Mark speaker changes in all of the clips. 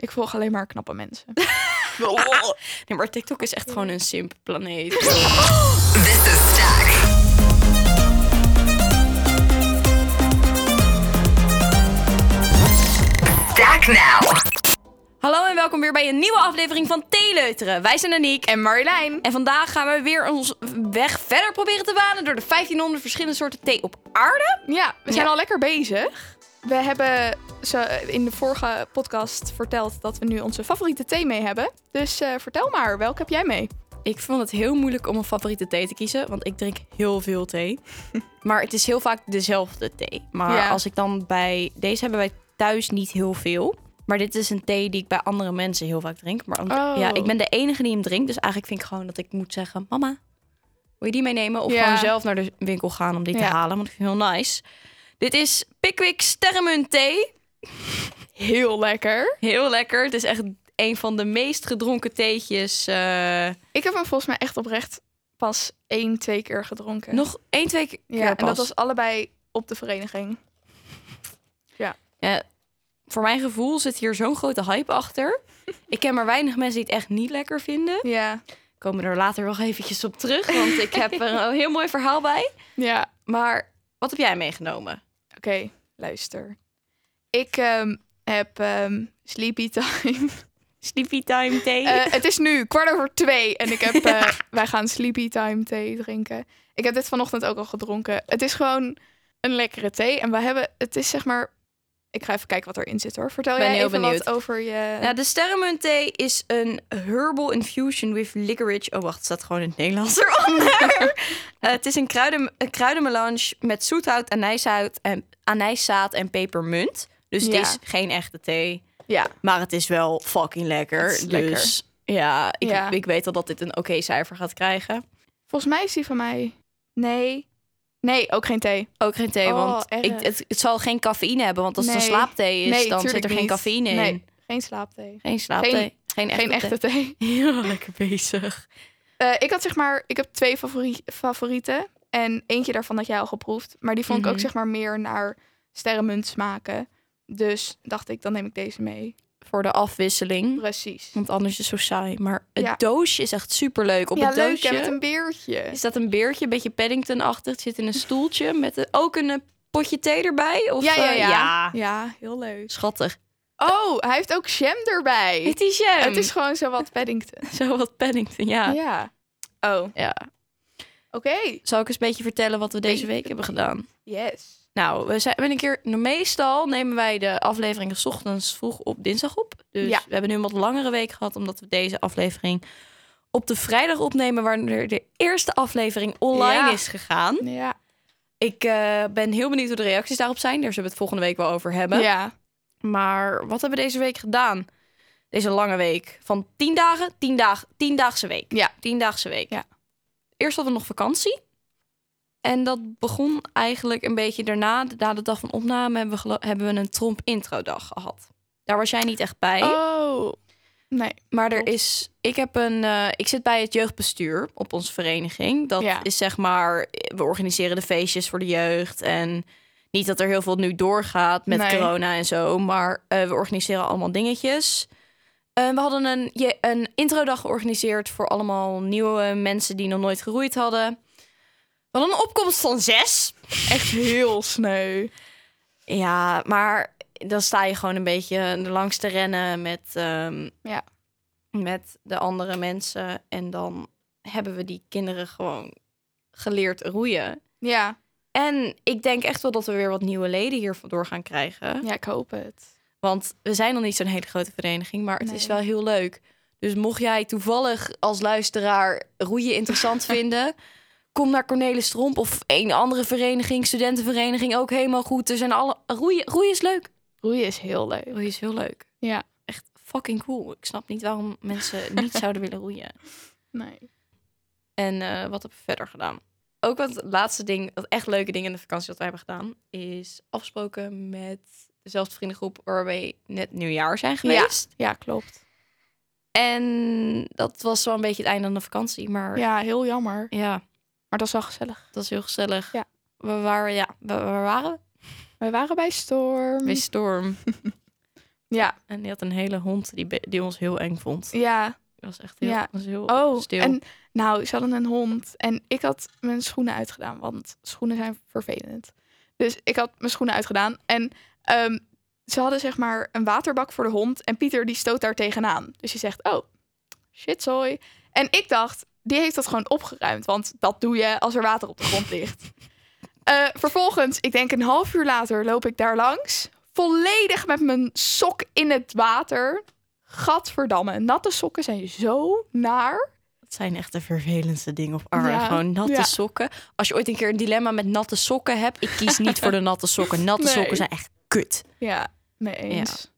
Speaker 1: Ik volg alleen maar knappe mensen.
Speaker 2: Nee, maar TikTok is echt gewoon een simp planeet.
Speaker 3: This is Stack. Stack now.
Speaker 2: Hallo en welkom weer bij een nieuwe aflevering van Theeleuteren. Wij zijn Aniek.
Speaker 1: En Marjolein.
Speaker 2: En vandaag gaan we weer ons weg verder proberen te banen door de 1500 verschillende soorten thee op aarde.
Speaker 1: Ja, we zijn
Speaker 2: Ja.
Speaker 1: al lekker bezig. We hebben ze in de vorige podcast verteld dat we nu onze favoriete thee mee hebben. Dus eh, vertel maar, welke heb jij mee?
Speaker 2: Ik vond het heel moeilijk om een favoriete thee te kiezen, want ik drink heel veel thee. maar het is heel vaak dezelfde thee. Maar
Speaker 1: Ja.
Speaker 2: als ik dan bij... Deze hebben wij thuis niet heel veel. Maar dit is een thee die ik bij andere mensen heel vaak drink. Maar om-
Speaker 1: Oh.
Speaker 2: ja, ik ben de enige die hem drinkt. Dus eigenlijk vind ik gewoon dat ik moet zeggen... Mama, wil je die meenemen? Of
Speaker 1: Ja.
Speaker 2: gewoon zelf naar de winkel gaan om die te
Speaker 1: Ja.
Speaker 2: halen. Want ik vind het heel nice. Dit is Pickwick Sterrenmunt thee.
Speaker 1: Heel lekker.
Speaker 2: Heel lekker. Het is echt een van de meest gedronken theetjes. eh,
Speaker 1: Ik heb hem volgens mij echt oprecht pas één, twee keer gedronken.
Speaker 2: nog één, twee keer
Speaker 1: ja, en
Speaker 2: pas.
Speaker 1: dat was allebei op de vereniging.
Speaker 2: Ja, voor mijn gevoel zit hier zo'n grote hype achter. Ik ken maar weinig mensen die het echt niet lekker vinden.
Speaker 1: Ja.
Speaker 2: Komen er later nog eventjes op terug, want ik heb er een heel mooi verhaal bij.
Speaker 1: Ja.
Speaker 2: Maar wat heb jij meegenomen?
Speaker 1: Oké, luister. Ik ehm, heb ehm, sleepy time.
Speaker 2: Sleepy time thee.
Speaker 1: Eh, het is nu kwart over twee en ik heb, eh, wij gaan sleepy time thee drinken. Ik heb dit vanochtend ook al gedronken. Het is gewoon een lekkere thee en we hebben, het is zeg maar, ik ga even kijken wat erin zit hoor. Vertel
Speaker 2: Ben
Speaker 1: jij
Speaker 2: heel
Speaker 1: even
Speaker 2: benieuwd.
Speaker 1: wat over je...
Speaker 2: nou, de sterrenmunt thee is een herbal infusion with licorice. Oh, wacht, het staat gewoon in het Nederlands eronder. Eh, het is een, kruiden, een kruidenmelange met zoethout, anijshout en, anijszaad en pepermunt. Dus
Speaker 1: Ja.
Speaker 2: het is geen echte thee.
Speaker 1: ja,
Speaker 2: Maar het is wel fucking lekker.
Speaker 1: Het is lekker.
Speaker 2: dus ja ik,
Speaker 1: Ja.
Speaker 2: ik weet al dat dit een oké cijfer gaat krijgen.
Speaker 1: volgens mij is die van mij. Nee, nee, ook geen thee.
Speaker 2: Ook geen thee,
Speaker 1: Oh,
Speaker 2: want ik,
Speaker 1: erg.
Speaker 2: het, het zal geen cafeïne hebben. Want als het
Speaker 1: Nee.
Speaker 2: een slaapthee is,
Speaker 1: nee,
Speaker 2: dan zit
Speaker 1: tuurlijk
Speaker 2: er geen
Speaker 1: niet.
Speaker 2: cafeïne
Speaker 1: Nee,
Speaker 2: in.
Speaker 1: geen slaapthee.
Speaker 2: Geen slaapthee. Geen, echte,
Speaker 1: Geen echte thee.
Speaker 2: thee. Heel lekker bezig.
Speaker 1: Eh, ik had zeg maar, ik heb twee favori- favorieten. En eentje daarvan had jij al geproefd. Maar die vond ik
Speaker 2: Mhm.
Speaker 1: ook zeg maar meer naar sterrenmunt smaken. Dus dacht ik, dan neem ik deze mee.
Speaker 2: Voor de
Speaker 1: Mhm.
Speaker 2: afwisseling.
Speaker 1: Precies.
Speaker 2: Want anders is het zo saai. Maar het
Speaker 1: Ja.
Speaker 2: doosje is echt superleuk. Op
Speaker 1: ja,
Speaker 2: het
Speaker 1: leuk.
Speaker 2: doosje
Speaker 1: En met een beertje.
Speaker 2: is dat een beertje, een beetje Paddington-achtig. Het zit in een stoeltje met een- ook een eh, potje thee erbij. Of,
Speaker 1: ja, ja,
Speaker 2: eh,
Speaker 1: ja, ja. heel leuk.
Speaker 2: Schattig.
Speaker 1: Oh, hij heeft ook jam erbij.
Speaker 2: Het is jam.
Speaker 1: Het is gewoon zo wat Paddington.
Speaker 2: zo wat Paddington, ja.
Speaker 1: Ja. Oh, oké.
Speaker 2: ja. Zal ik eens een beetje vertellen wat we deze week hebben gedaan?
Speaker 1: Yes.
Speaker 2: Nou, we zijn we hebben een keer. nou, Meestal nemen wij de afleveringen 's ochtends vroeg op dinsdag op. Dus
Speaker 1: Ja.
Speaker 2: we hebben nu een wat langere week gehad, omdat we deze aflevering op de vrijdag opnemen, wanneer de eerste aflevering online
Speaker 1: Ja.
Speaker 2: is gegaan.
Speaker 1: Ja.
Speaker 2: Ik eh, ben heel benieuwd hoe de reacties daarop zijn. Daar zullen we het volgende week wel over hebben.
Speaker 1: Ja.
Speaker 2: Maar wat hebben we deze week gedaan? Deze lange week van 10 dagen, 10 dag, 10 daagse week.
Speaker 1: Ja.
Speaker 2: 10 daagse week.
Speaker 1: Ja.
Speaker 2: Eerst hadden we nog vakantie. En dat begon eigenlijk een beetje daarna. Na de dag van opname hebben we, gelo- hebben we een Tromp intro dag gehad. Daar was jij niet echt bij.
Speaker 1: Oh. Nee.
Speaker 2: Maar er
Speaker 1: Klopt.
Speaker 2: is, ik heb een, eh, ik zit bij het jeugdbestuur op onze vereniging. Dat
Speaker 1: Ja.
Speaker 2: is zeg maar, we organiseren de feestjes voor de jeugd en niet dat er heel veel nu doorgaat met
Speaker 1: Nee.
Speaker 2: corona en zo, maar eh, we organiseren allemaal dingetjes. Eh, we hadden een, je- een introdag georganiseerd voor allemaal nieuwe mensen die nog nooit geroeid hadden. We hadden een opkomst van zes.
Speaker 1: Echt heel sneu.
Speaker 2: Ja, maar dan sta je gewoon een beetje langs te rennen met, ehm,
Speaker 1: Ja.
Speaker 2: met de andere mensen. En dan hebben we die kinderen gewoon geleerd roeien.
Speaker 1: Ja.
Speaker 2: En ik denk echt wel dat we weer wat nieuwe leden hier vandoor gaan krijgen.
Speaker 1: Ja, ik hoop het.
Speaker 2: Want we zijn nog niet zo'n hele grote vereniging, maar het is
Speaker 1: Nee.
Speaker 2: wel heel leuk. Dus mocht jij toevallig als luisteraar roeien interessant vinden... kom naar Cornelis Tromp of een andere vereniging, studentenvereniging, ook helemaal goed. Er zijn alle... Roeien, roeien is leuk.
Speaker 1: Roeien is heel leuk.
Speaker 2: Roeien Oh, is heel leuk.
Speaker 1: Ja.
Speaker 2: Echt fucking cool. Ik snap niet waarom mensen niet zouden willen roeien.
Speaker 1: Nee.
Speaker 2: En eh, wat heb ik verder gedaan? Ook wat het laatste ding, dat echt leuke ding in de vakantie dat wij hebben gedaan, is afgesproken met dezelfde vriendengroep waar wij net nieuwjaar zijn geweest.
Speaker 1: Ja, klopt.
Speaker 2: En dat was wel een beetje het einde van de vakantie. Maar ja,
Speaker 1: Ja, heel jammer. Maar dat is wel gezellig.
Speaker 2: dat was heel gezellig.
Speaker 1: Ja. Mhm.
Speaker 2: We waren, ja, we, we waren
Speaker 1: We waren bij Storm.
Speaker 2: bij Storm.
Speaker 1: Ja,
Speaker 2: En die had een hele hond die, be- die ons heel eng vond.
Speaker 1: ja.
Speaker 2: Die was echt heel,
Speaker 1: Ja.
Speaker 2: was heel
Speaker 1: Oh,
Speaker 2: stil.
Speaker 1: en nou, ze hadden een hond. En ik had mijn schoenen uitgedaan, want schoenen zijn vervelend. Dus ik had mijn schoenen uitgedaan. En ehm, ze hadden zeg maar een waterbak voor de hond. En Pieter die stoot daar tegenaan. Dus je zegt, oh, shitzooi. En ik dacht, die heeft dat gewoon opgeruimd. Want dat doe je als er water op de grond ligt. Eh, vervolgens, ik denk een half uur later, loop ik daar langs. Volledig met mijn sok in het water. Gadverdamme, natte sokken zijn zo naar.
Speaker 2: Dat zijn echt de vervelendste dingen op aarde.
Speaker 1: Ja.
Speaker 2: Gewoon natte
Speaker 1: Ja.
Speaker 2: sokken. Als je ooit een keer een dilemma met natte sokken hebt, ik kies niet voor de natte sokken. Natte
Speaker 1: Nee.
Speaker 2: sokken zijn echt kut.
Speaker 1: Ja, mee eens.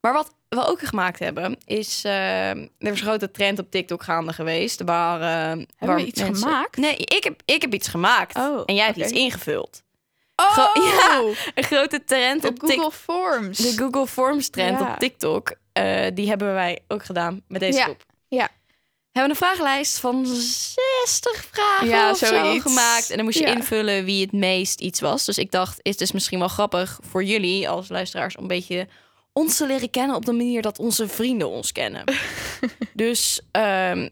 Speaker 2: Maar wat we ook gemaakt hebben, is... eh, er is een grote trend op TikTok gaande geweest. Waar, eh, waar
Speaker 1: Hebben we iets
Speaker 2: mensen-
Speaker 1: gemaakt?
Speaker 2: Nee, ik heb, ik heb iets gemaakt.
Speaker 1: Oh,
Speaker 2: en jij hebt
Speaker 1: oké.
Speaker 2: iets ingevuld.
Speaker 1: Oh,
Speaker 2: Ge- ja, een grote trend
Speaker 1: de
Speaker 2: op TikTok.
Speaker 1: Google Forms.
Speaker 2: De Google Forms trend
Speaker 1: Ja.
Speaker 2: op TikTok, eh, die hebben wij ook gedaan met deze
Speaker 1: Ja,
Speaker 2: groep.
Speaker 1: ja.
Speaker 2: We hebben een vragenlijst van 60 vragen
Speaker 1: Ja,
Speaker 2: of zo
Speaker 1: zoiets.
Speaker 2: gemaakt. En dan moest je
Speaker 1: Ja.
Speaker 2: invullen wie het meest iets was. Dus ik dacht, is dus misschien wel grappig voor jullie als luisteraars... om een beetje ons te leren kennen op de manier dat onze vrienden ons kennen. dus ehm,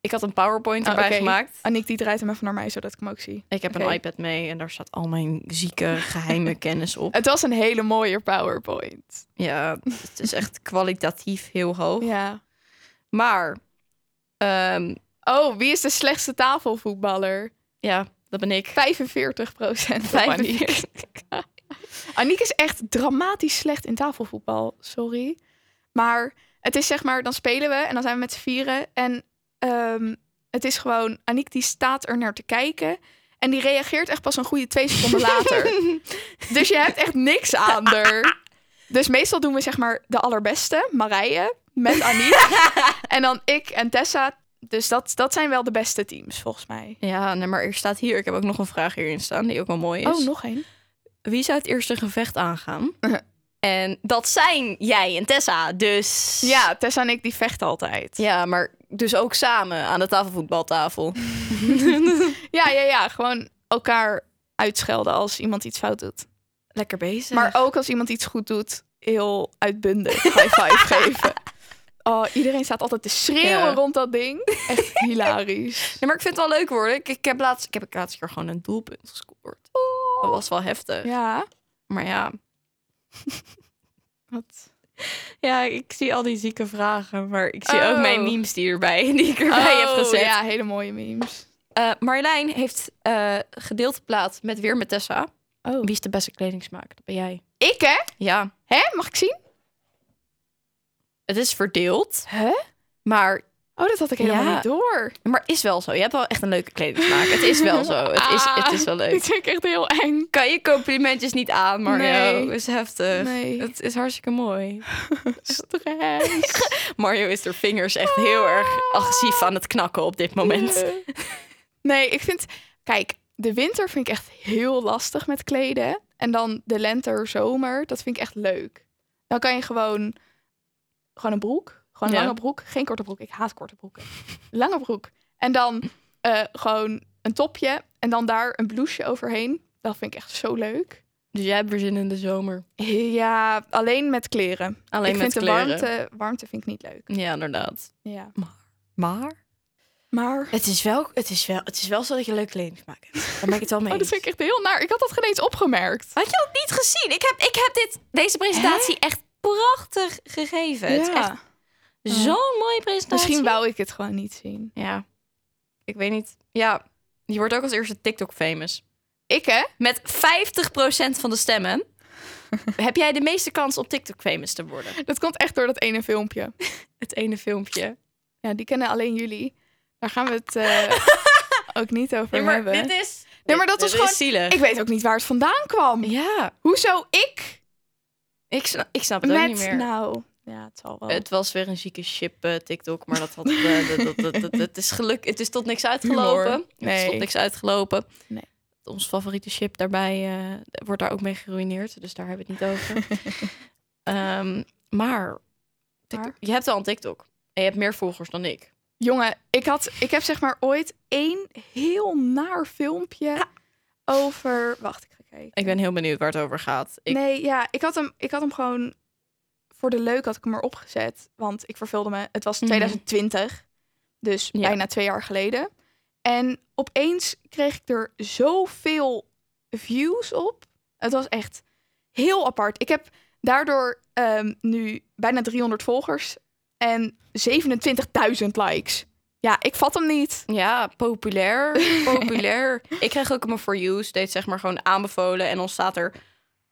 Speaker 2: ik had een PowerPoint
Speaker 1: Oh,
Speaker 2: erbij
Speaker 1: oké.
Speaker 2: gemaakt.
Speaker 1: Annick, die draait hem even naar mij, zodat ik hem ook zie.
Speaker 2: Ik heb
Speaker 1: Oké.
Speaker 2: een iPad mee en daar staat al mijn zieke, geheime kennis op.
Speaker 1: Het was een hele mooie PowerPoint.
Speaker 2: Ja, het is echt kwalitatief heel hoog.
Speaker 1: Ja.
Speaker 2: Maar, ehm,
Speaker 1: Oh, wie is de slechtste tafelvoetballer?
Speaker 2: ja, dat ben ik.
Speaker 1: 45 procent. Anniek. Anniek is echt dramatisch slecht in tafelvoetbal. Sorry. Maar het is zeg maar, dan spelen we en dan zijn we met z'n vieren. En ehm, het is gewoon, Anniek die staat er naar te kijken. En die reageert echt pas een goede twee seconden later. Dus je hebt echt niks aan er. Dus meestal doen we zeg maar de allerbeste, Marije, met Aniek. en dan ik en Tessa. Dus dat, dat zijn wel de beste teams, volgens mij.
Speaker 2: Ja, nee, maar er staat hier, ik heb ook nog een vraag hierin staan, die ook wel mooi is.
Speaker 1: Oh, nog één.
Speaker 2: Wie zou het eerste gevecht aangaan? en dat zijn jij en Tessa, dus...
Speaker 1: Ja, Tessa en ik die vechten altijd. Ja,
Speaker 2: Ja, maar dus ook samen aan de tafelvoetbaltafel.
Speaker 1: ja, ja. Gewoon elkaar uitschelden als iemand iets fout doet.
Speaker 2: Lekker bezig.
Speaker 1: Maar ook als iemand iets goed doet, heel uitbundig high five geven. Oh, iedereen staat altijd te schreeuwen
Speaker 2: Ja.
Speaker 1: rond dat ding. Echt hilarisch.
Speaker 2: Nee, maar ik vind het wel leuk worden. Ik, ik heb laatst, ik heb laatst keer gewoon een doelpunt gescoord.
Speaker 1: Oh.
Speaker 2: Dat was wel heftig.
Speaker 1: Ja,
Speaker 2: Maar ja,
Speaker 1: wat...
Speaker 2: Ja, ik zie al die zieke vragen, maar ik zie ook
Speaker 1: Oh.
Speaker 2: mijn memes die, erbij, die ik erbij heb gezet.
Speaker 1: ja, hele mooie memes.
Speaker 2: Oh, Eh, Marjolein heeft eh gedeeld plaats met weer met Tessa.
Speaker 1: Oh.
Speaker 2: Wie is de beste kledingsmaak? Dat ben jij.
Speaker 1: Ik, hè?
Speaker 2: Ja,
Speaker 1: Hè? Mag ik zien?
Speaker 2: het is verdeeld,
Speaker 1: Hè?
Speaker 2: maar,
Speaker 1: Oh, dat had ik helemaal
Speaker 2: Ja.
Speaker 1: niet door.
Speaker 2: maar het is wel zo. Je hebt wel echt een leuke kledingsmaak. Het is wel zo. Het is, het is wel
Speaker 1: Ah,
Speaker 2: leuk.
Speaker 1: Dit vind ik echt heel eng.
Speaker 2: Kan je complimentjes niet aan, Mario?
Speaker 1: Nee.
Speaker 2: Het is heftig.
Speaker 1: Nee.
Speaker 2: Het is hartstikke mooi.
Speaker 1: Stress.
Speaker 2: Mario is door vingers echt heel erg agressief aan het knakken op dit moment.
Speaker 1: Nee, ik vind... Kijk, de winter vind ik echt heel lastig met kleden. En dan de lente, zomer, dat vind ik echt leuk. Dan kan je gewoon... Gewoon een broek. Gewoon een
Speaker 2: Ja.
Speaker 1: lange broek. Geen korte broek. Ik haat korte broeken. Lange broek. En dan eh, gewoon een topje. En dan daar een blouseje overheen. Dat vind ik echt zo leuk.
Speaker 2: Dus jij hebt weer zin in de zomer.
Speaker 1: Ja, alleen met kleren.
Speaker 2: Alleen
Speaker 1: ik
Speaker 2: met
Speaker 1: vind
Speaker 2: kleren.
Speaker 1: de warmte, warmte vind ik niet leuk.
Speaker 2: Ja, inderdaad.
Speaker 1: Ja.
Speaker 2: Maar?
Speaker 1: Maar...
Speaker 2: Het is wel, het is wel, het is wel zo dat je leuke kledingsmaak hebt. Daar ben ik het wel mee
Speaker 1: Oh, dat
Speaker 2: eens.
Speaker 1: vind ik echt heel naar. Ik had dat geen eens opgemerkt.
Speaker 2: Had je dat niet gezien? Ik heb, ik heb dit, deze presentatie echt prachtig gegeven. Het is echt zo'n mooie presentatie.
Speaker 1: Misschien wou ik het gewoon niet zien.
Speaker 2: Ja. Ik weet niet. Ja. Je wordt ook als eerste TikTok famous.
Speaker 1: Ik, hè?
Speaker 2: Met 50% van de stemmen heb jij de meeste kans op TikTok famous te worden.
Speaker 1: Dat komt echt door dat ene filmpje.
Speaker 2: Het ene filmpje.
Speaker 1: Ja, die kennen alleen jullie. Daar gaan we het eh, ook niet over hebben.
Speaker 2: is...
Speaker 1: Nee, maar dat
Speaker 2: dit
Speaker 1: was gewoon-
Speaker 2: Is zielig.
Speaker 1: Ik weet ook niet waar het vandaan kwam.
Speaker 2: Ja.
Speaker 1: Hoezo ik
Speaker 2: Ik snap, ik snap het ook niet
Speaker 1: met...
Speaker 2: meer.
Speaker 1: Nou, ja, het zal wel.
Speaker 2: Het was weer een zieke ship eh, TikTok, maar dat had eh, dat, dat, dat, dat- het is geluk. Het is tot niks uitgelopen.
Speaker 1: Humor.
Speaker 2: Het is tot
Speaker 1: Nee.
Speaker 2: niks uitgelopen.
Speaker 1: Nee.
Speaker 2: Ons favoriete ship daarbij eh, wordt daar ook mee geruineerd, dus daar hebben we het niet over. Ehm, maar, TikTok-
Speaker 1: Maar?
Speaker 2: je hebt al een TikTok en je hebt meer volgers dan ik.
Speaker 1: Jongen, ik, had, ik heb zeg maar ooit één heel naar filmpje over... Wacht, ik ga kijken.
Speaker 2: Ik ben heel benieuwd waar het over gaat. Ik,
Speaker 1: Nee, ja, ik had hem, ik had hem gewoon voor de leuk had ik hem erop gezet. Want ik verveelde me. Het was
Speaker 2: Mhm.
Speaker 1: 2020. Dus
Speaker 2: Ja.
Speaker 1: bijna twee jaar geleden. En opeens kreeg ik er zoveel views op. Het was echt heel apart. Ik heb daardoor ehm, nu bijna 300 volgers en 27.000 likes. Ja, ik vat hem niet.
Speaker 2: Ja, populair. Populair. ik krijg ook mijn For You's. Deed zeg maar gewoon aanbevolen. En dan staat er...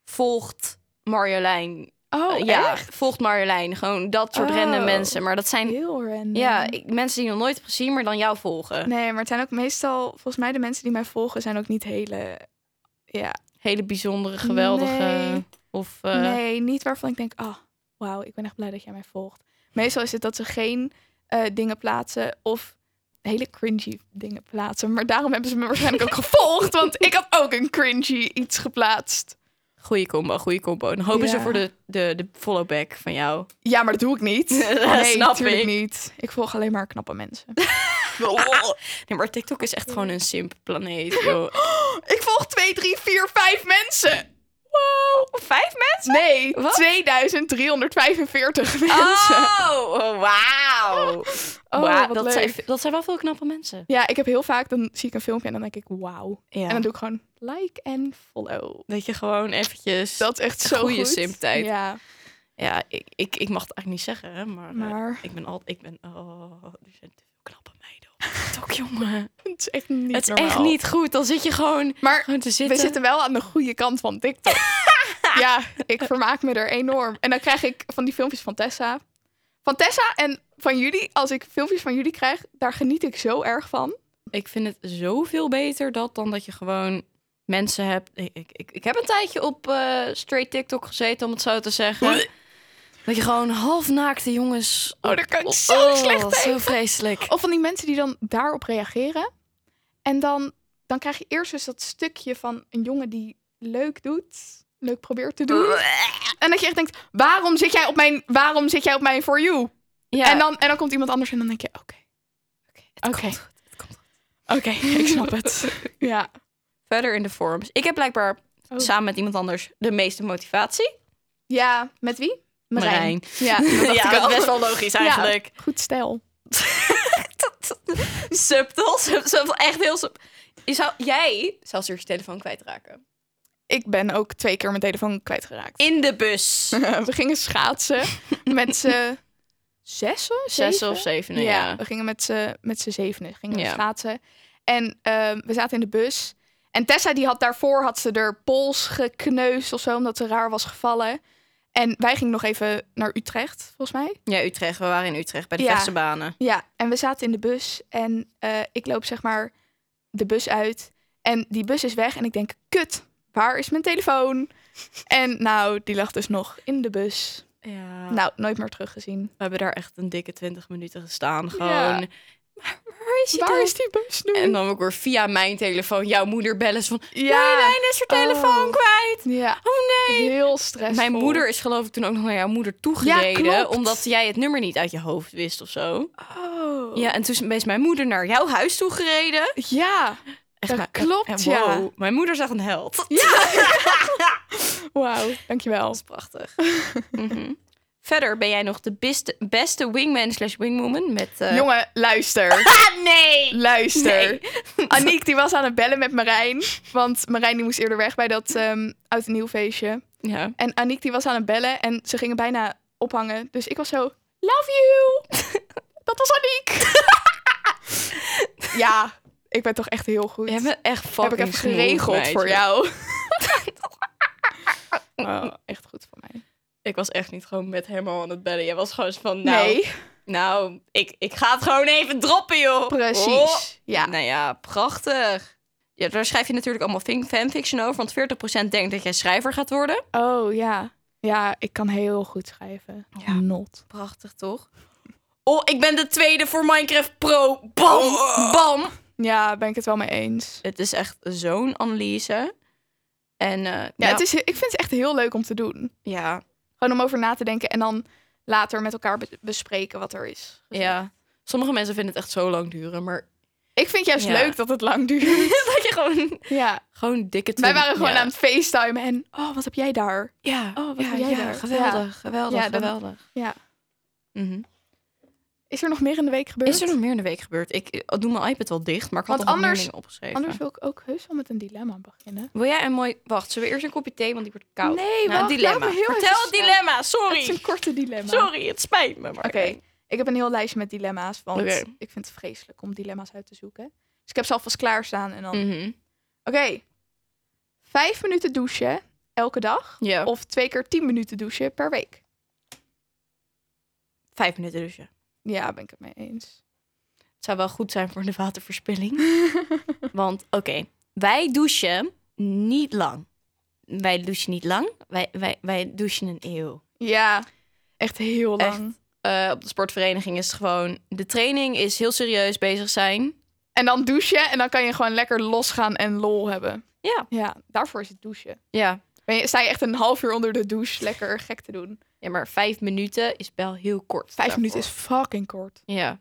Speaker 2: Volgt Marjolein.
Speaker 1: Oh,
Speaker 2: Eh, ja, volgt Marjolein. Gewoon dat soort
Speaker 1: Oh.
Speaker 2: random mensen. Maar dat zijn
Speaker 1: Heel random.
Speaker 2: ja, ik- mensen die je nog nooit hebt gezien, maar dan jou volgen.
Speaker 1: Nee, maar het zijn ook meestal... Volgens mij de mensen die mij volgen zijn ook niet hele... Ja,
Speaker 2: Hele bijzondere, geweldige...
Speaker 1: Nee.
Speaker 2: Of eh,
Speaker 1: nee, niet waarvan ik denk... Oh, wauw, ik ben echt blij dat jij mij volgt. Meestal is het dat ze geen eh, dingen plaatsen of hele cringy dingen plaatsen. Maar daarom hebben ze me waarschijnlijk ook gevolgd. Want ik had ook een cringy iets geplaatst.
Speaker 2: goede combo, goede combo. Dan hopen
Speaker 1: Ja.
Speaker 2: ze voor de, de, de followback van jou.
Speaker 1: Ja, maar dat doe ik niet.
Speaker 2: Dat
Speaker 1: Nee,
Speaker 2: snap
Speaker 1: natuurlijk
Speaker 2: ik.
Speaker 1: niet. Ik volg alleen maar knappe mensen.
Speaker 2: Nee, maar TikTok is echt gewoon een simp planeet, joh.
Speaker 1: ik volg twee, drie, vier, vijf mensen.
Speaker 2: Wow, vijf mensen?
Speaker 1: Nee,
Speaker 2: Wat? Ah,
Speaker 1: 2345 mensen.
Speaker 2: Oh, oh, wauw.
Speaker 1: Oh,
Speaker 2: Wauw,
Speaker 1: wat
Speaker 2: dat,
Speaker 1: leuk.
Speaker 2: Zijn, dat zijn wel veel knappe mensen.
Speaker 1: Ja, ik heb heel vaak, dan zie ik een filmpje en dan denk ik, wauw.
Speaker 2: Ja.
Speaker 1: En dan doe ik gewoon like en follow.
Speaker 2: Dat je gewoon eventjes...
Speaker 1: Dat is echt zo
Speaker 2: Goeie
Speaker 1: goed.
Speaker 2: simptijd.
Speaker 1: Ja,
Speaker 2: Ja, ik, ik, ik mag het eigenlijk niet zeggen, hè, maar, eh,
Speaker 1: Maar?
Speaker 2: ik ben altijd... Ik ben... Oh, er zijn te veel knappe meiden op TikTok, jongen.
Speaker 1: het is echt niet
Speaker 2: het is
Speaker 1: normaal.
Speaker 2: echt niet eh, goed. Dan zit je gewoon,
Speaker 1: Maar
Speaker 2: gewoon te
Speaker 1: we
Speaker 2: zitten.
Speaker 1: zitten wel aan de goede kant van TikTok. ja, ik vermaak me er enorm. En dan krijg ik van die filmpjes van Tessa. Van Tessa en van jullie, als ik filmpjes van jullie krijg, daar geniet ik zo erg van.
Speaker 2: Ik vind het zoveel beter dat dan dat je gewoon mensen hebt... Ik, ik, ik, ik heb een tijdje op eh, straight TikTok gezeten, om het zo te zeggen. dat je gewoon halfnaakte jongens...
Speaker 1: Oh, daar kan ik zo slecht tegen. Oh,
Speaker 2: Zo vreselijk.
Speaker 1: Of van die mensen die dan daarop reageren. En dan, dan krijg je eerst dus dat stukje van een jongen die leuk doet. Leuk probeert te doen. En dat je echt denkt, waarom zit jij op mijn, waarom zit jij op mijn for you?
Speaker 2: Ja.
Speaker 1: En, dan, en dan komt iemand anders en dan denk je, oké,
Speaker 2: Het
Speaker 1: Oké.
Speaker 2: komt goed, het komt goed.
Speaker 1: oké, ik snap het. ja.
Speaker 2: Verder in de forums. Ik heb blijkbaar
Speaker 1: Oh.
Speaker 2: samen met iemand anders de meeste motivatie.
Speaker 1: Ja, met wie?
Speaker 2: Marijn.
Speaker 1: Ja, dat dacht ik al.
Speaker 2: wel logisch
Speaker 1: Goed stijl.
Speaker 2: subtel, sub- subtel, echt heel subtel. Je zou, jij zou eerst je telefoon kwijtraken.
Speaker 1: Ik ben ook twee keer mijn telefoon kwijtgeraakt.
Speaker 2: In de bus.
Speaker 1: we gingen schaatsen met z'n zes of
Speaker 2: Zes
Speaker 1: zeven?
Speaker 2: of zeven,
Speaker 1: ja.
Speaker 2: ja.
Speaker 1: we gingen met z'n met z'n zevenen gingen we
Speaker 2: Ja.
Speaker 1: schaatsen. En ehm, we zaten in de bus. En Tessa die had daarvoor had ze er pols gekneusd of zo, omdat ze raar was gevallen. En wij gingen nog even naar Utrecht, volgens mij.
Speaker 2: Ja, Utrecht. We waren in Utrecht bij de
Speaker 1: Ja.
Speaker 2: Vestenbanen.
Speaker 1: Ja, en we zaten in de bus en eh, ik loop zeg maar de bus uit. En die bus is weg en ik denk, kut, waar is mijn telefoon? En nou, die lag dus nog in de bus.
Speaker 2: Ja.
Speaker 1: Nou, nooit meer teruggezien.
Speaker 2: We hebben daar echt een dikke twintig minuten gestaan. Gewoon.
Speaker 1: Ja.
Speaker 2: Maar waar is je
Speaker 1: Waar
Speaker 2: tele-
Speaker 1: is die bus nu?
Speaker 2: En dan ook weer via mijn telefoon jouw moeder bellen. Zo van,
Speaker 1: Ja.
Speaker 2: Marjolein is haar telefoon
Speaker 1: Oh.
Speaker 2: kwijt.
Speaker 1: Ja,
Speaker 2: Oh nee.
Speaker 1: heel stressvol.
Speaker 2: Mijn moeder is geloof ik toen ook nog naar jouw moeder toegereden.
Speaker 1: Ja, klopt.
Speaker 2: omdat jij het nummer niet uit je hoofd wist of zo.
Speaker 1: Oh.
Speaker 2: Ja, en toen is mijn moeder naar jouw huis toegereden.
Speaker 1: Ja. Dat
Speaker 2: maar-
Speaker 1: klopt,
Speaker 2: en
Speaker 1: ja.
Speaker 2: wow, Mijn moeder zag een held.
Speaker 1: Wauw, dankjewel.
Speaker 2: Dat is prachtig. Mhm. Verder ben jij nog de beste, beste wingman slash wingwoman met... eh,
Speaker 1: Jongen, luister.
Speaker 2: Ah, nee!
Speaker 1: luister.
Speaker 2: Nee.
Speaker 1: Aniek die was aan het bellen met Marijn. Want Marijn die moest eerder weg bij dat ehm oud en nieuw feestje.
Speaker 2: Ja.
Speaker 1: En Aniek die was aan het bellen en ze gingen bijna ophangen. Dus ik was zo, love you. dat was Aniek. ja, ik ben toch echt heel goed.
Speaker 2: Jij bent echt
Speaker 1: Heb
Speaker 2: fucking
Speaker 1: ik even
Speaker 2: smooth,
Speaker 1: geregeld
Speaker 2: meidje.
Speaker 1: voor jou. Oh, echt goed voor mij.
Speaker 2: Ik was echt niet gewoon met hem al aan het bellen. Jij was gewoon zo van, nou,
Speaker 1: Nee,
Speaker 2: nou ik, ik ga het gewoon even droppen, joh.
Speaker 1: precies.
Speaker 2: Oh.
Speaker 1: Ja.
Speaker 2: Nou ja, prachtig. Ja, daar schrijf je natuurlijk allemaal fin- fanfiction over, want 40% denkt dat jij schrijver gaat worden.
Speaker 1: Oh ja. Ja, ik kan heel goed schrijven.
Speaker 2: Ja.
Speaker 1: Not.
Speaker 2: Prachtig, toch? Oh, ik ben de tweede voor Minecraft Pro. Bam, bam.
Speaker 1: Ja, ben ik het wel mee eens.
Speaker 2: Het is echt zo'n analyse. En eh, ja,
Speaker 1: Ja, Het is, ik vind het echt heel leuk om te doen.
Speaker 2: ja,
Speaker 1: Gewoon om over na te denken en dan later met elkaar be- bespreken wat er is. gezegd.
Speaker 2: ja. Sommige mensen vinden het echt zo lang duren, maar
Speaker 1: Ik vind juist
Speaker 2: Ja.
Speaker 1: leuk dat het lang duurt.
Speaker 2: dat je gewoon,
Speaker 1: ja.
Speaker 2: gewoon dikke
Speaker 1: Wij
Speaker 2: twintig-
Speaker 1: waren gewoon
Speaker 2: ja.
Speaker 1: aan het facetimen en... Oh, wat heb jij daar?
Speaker 2: Ja.
Speaker 1: Oh, wat
Speaker 2: ja,
Speaker 1: doe jij
Speaker 2: ja,
Speaker 1: daar?
Speaker 2: geweldig, geweldig,
Speaker 1: Ja, dan-
Speaker 2: geweldig.
Speaker 1: Ja.
Speaker 2: Mhm.
Speaker 1: Is er nog meer in de week gebeurd?
Speaker 2: Is er nog meer in de week gebeurd? Ik eh, doe mijn iPad wel dicht, maar ik had
Speaker 1: Want
Speaker 2: nog wel meer
Speaker 1: anders-
Speaker 2: dingen opgeschreven.
Speaker 1: Anders wil ik ook heus wel met een dilemma beginnen.
Speaker 2: Wil jij een mooi... Wacht, zullen we eerst een kopje thee, want ik word koud.
Speaker 1: Nee,
Speaker 2: Nou,
Speaker 1: wacht, laat me
Speaker 2: dilemma.
Speaker 1: heel even
Speaker 2: Vertel het
Speaker 1: snel.
Speaker 2: dilemma,
Speaker 1: Het is
Speaker 2: sorry.
Speaker 1: een korte dilemma.
Speaker 2: Sorry, het spijt me. maar-
Speaker 1: Oké, ik heb een heel lijstje met dilemma's, want
Speaker 2: Oké.
Speaker 1: ik vind het vreselijk om dilemma's uit te zoeken. Dus ik heb ze alvast klaarstaan en dan...
Speaker 2: Mhm.
Speaker 1: Oké, vijf minuten douchen elke dag
Speaker 2: Ja.
Speaker 1: of twee keer tien minuten douchen per week?
Speaker 2: Vijf minuten douchen.
Speaker 1: Ja, ben ik het mee eens.
Speaker 2: Het zou wel goed zijn voor de waterverspilling. Want, oké, wij douchen niet lang. Wij douchen niet lang. Wij, wij, wij douchen een eeuw.
Speaker 1: ja, echt heel
Speaker 2: Echt.
Speaker 1: lang.
Speaker 2: Eh, op de sportvereniging is het gewoon... De training is heel serieus bezig zijn.
Speaker 1: En dan douchen en dan kan je gewoon lekker losgaan en lol hebben.
Speaker 2: Ja.
Speaker 1: Ja, daarvoor is het douchen.
Speaker 2: Ja.
Speaker 1: Ben je, sta je echt een half uur onder de douche lekker gek te doen.
Speaker 2: Ja, maar vijf minuten is wel heel kort.
Speaker 1: Vijf
Speaker 2: daarvoor.
Speaker 1: minuten is fucking kort.
Speaker 2: Ja.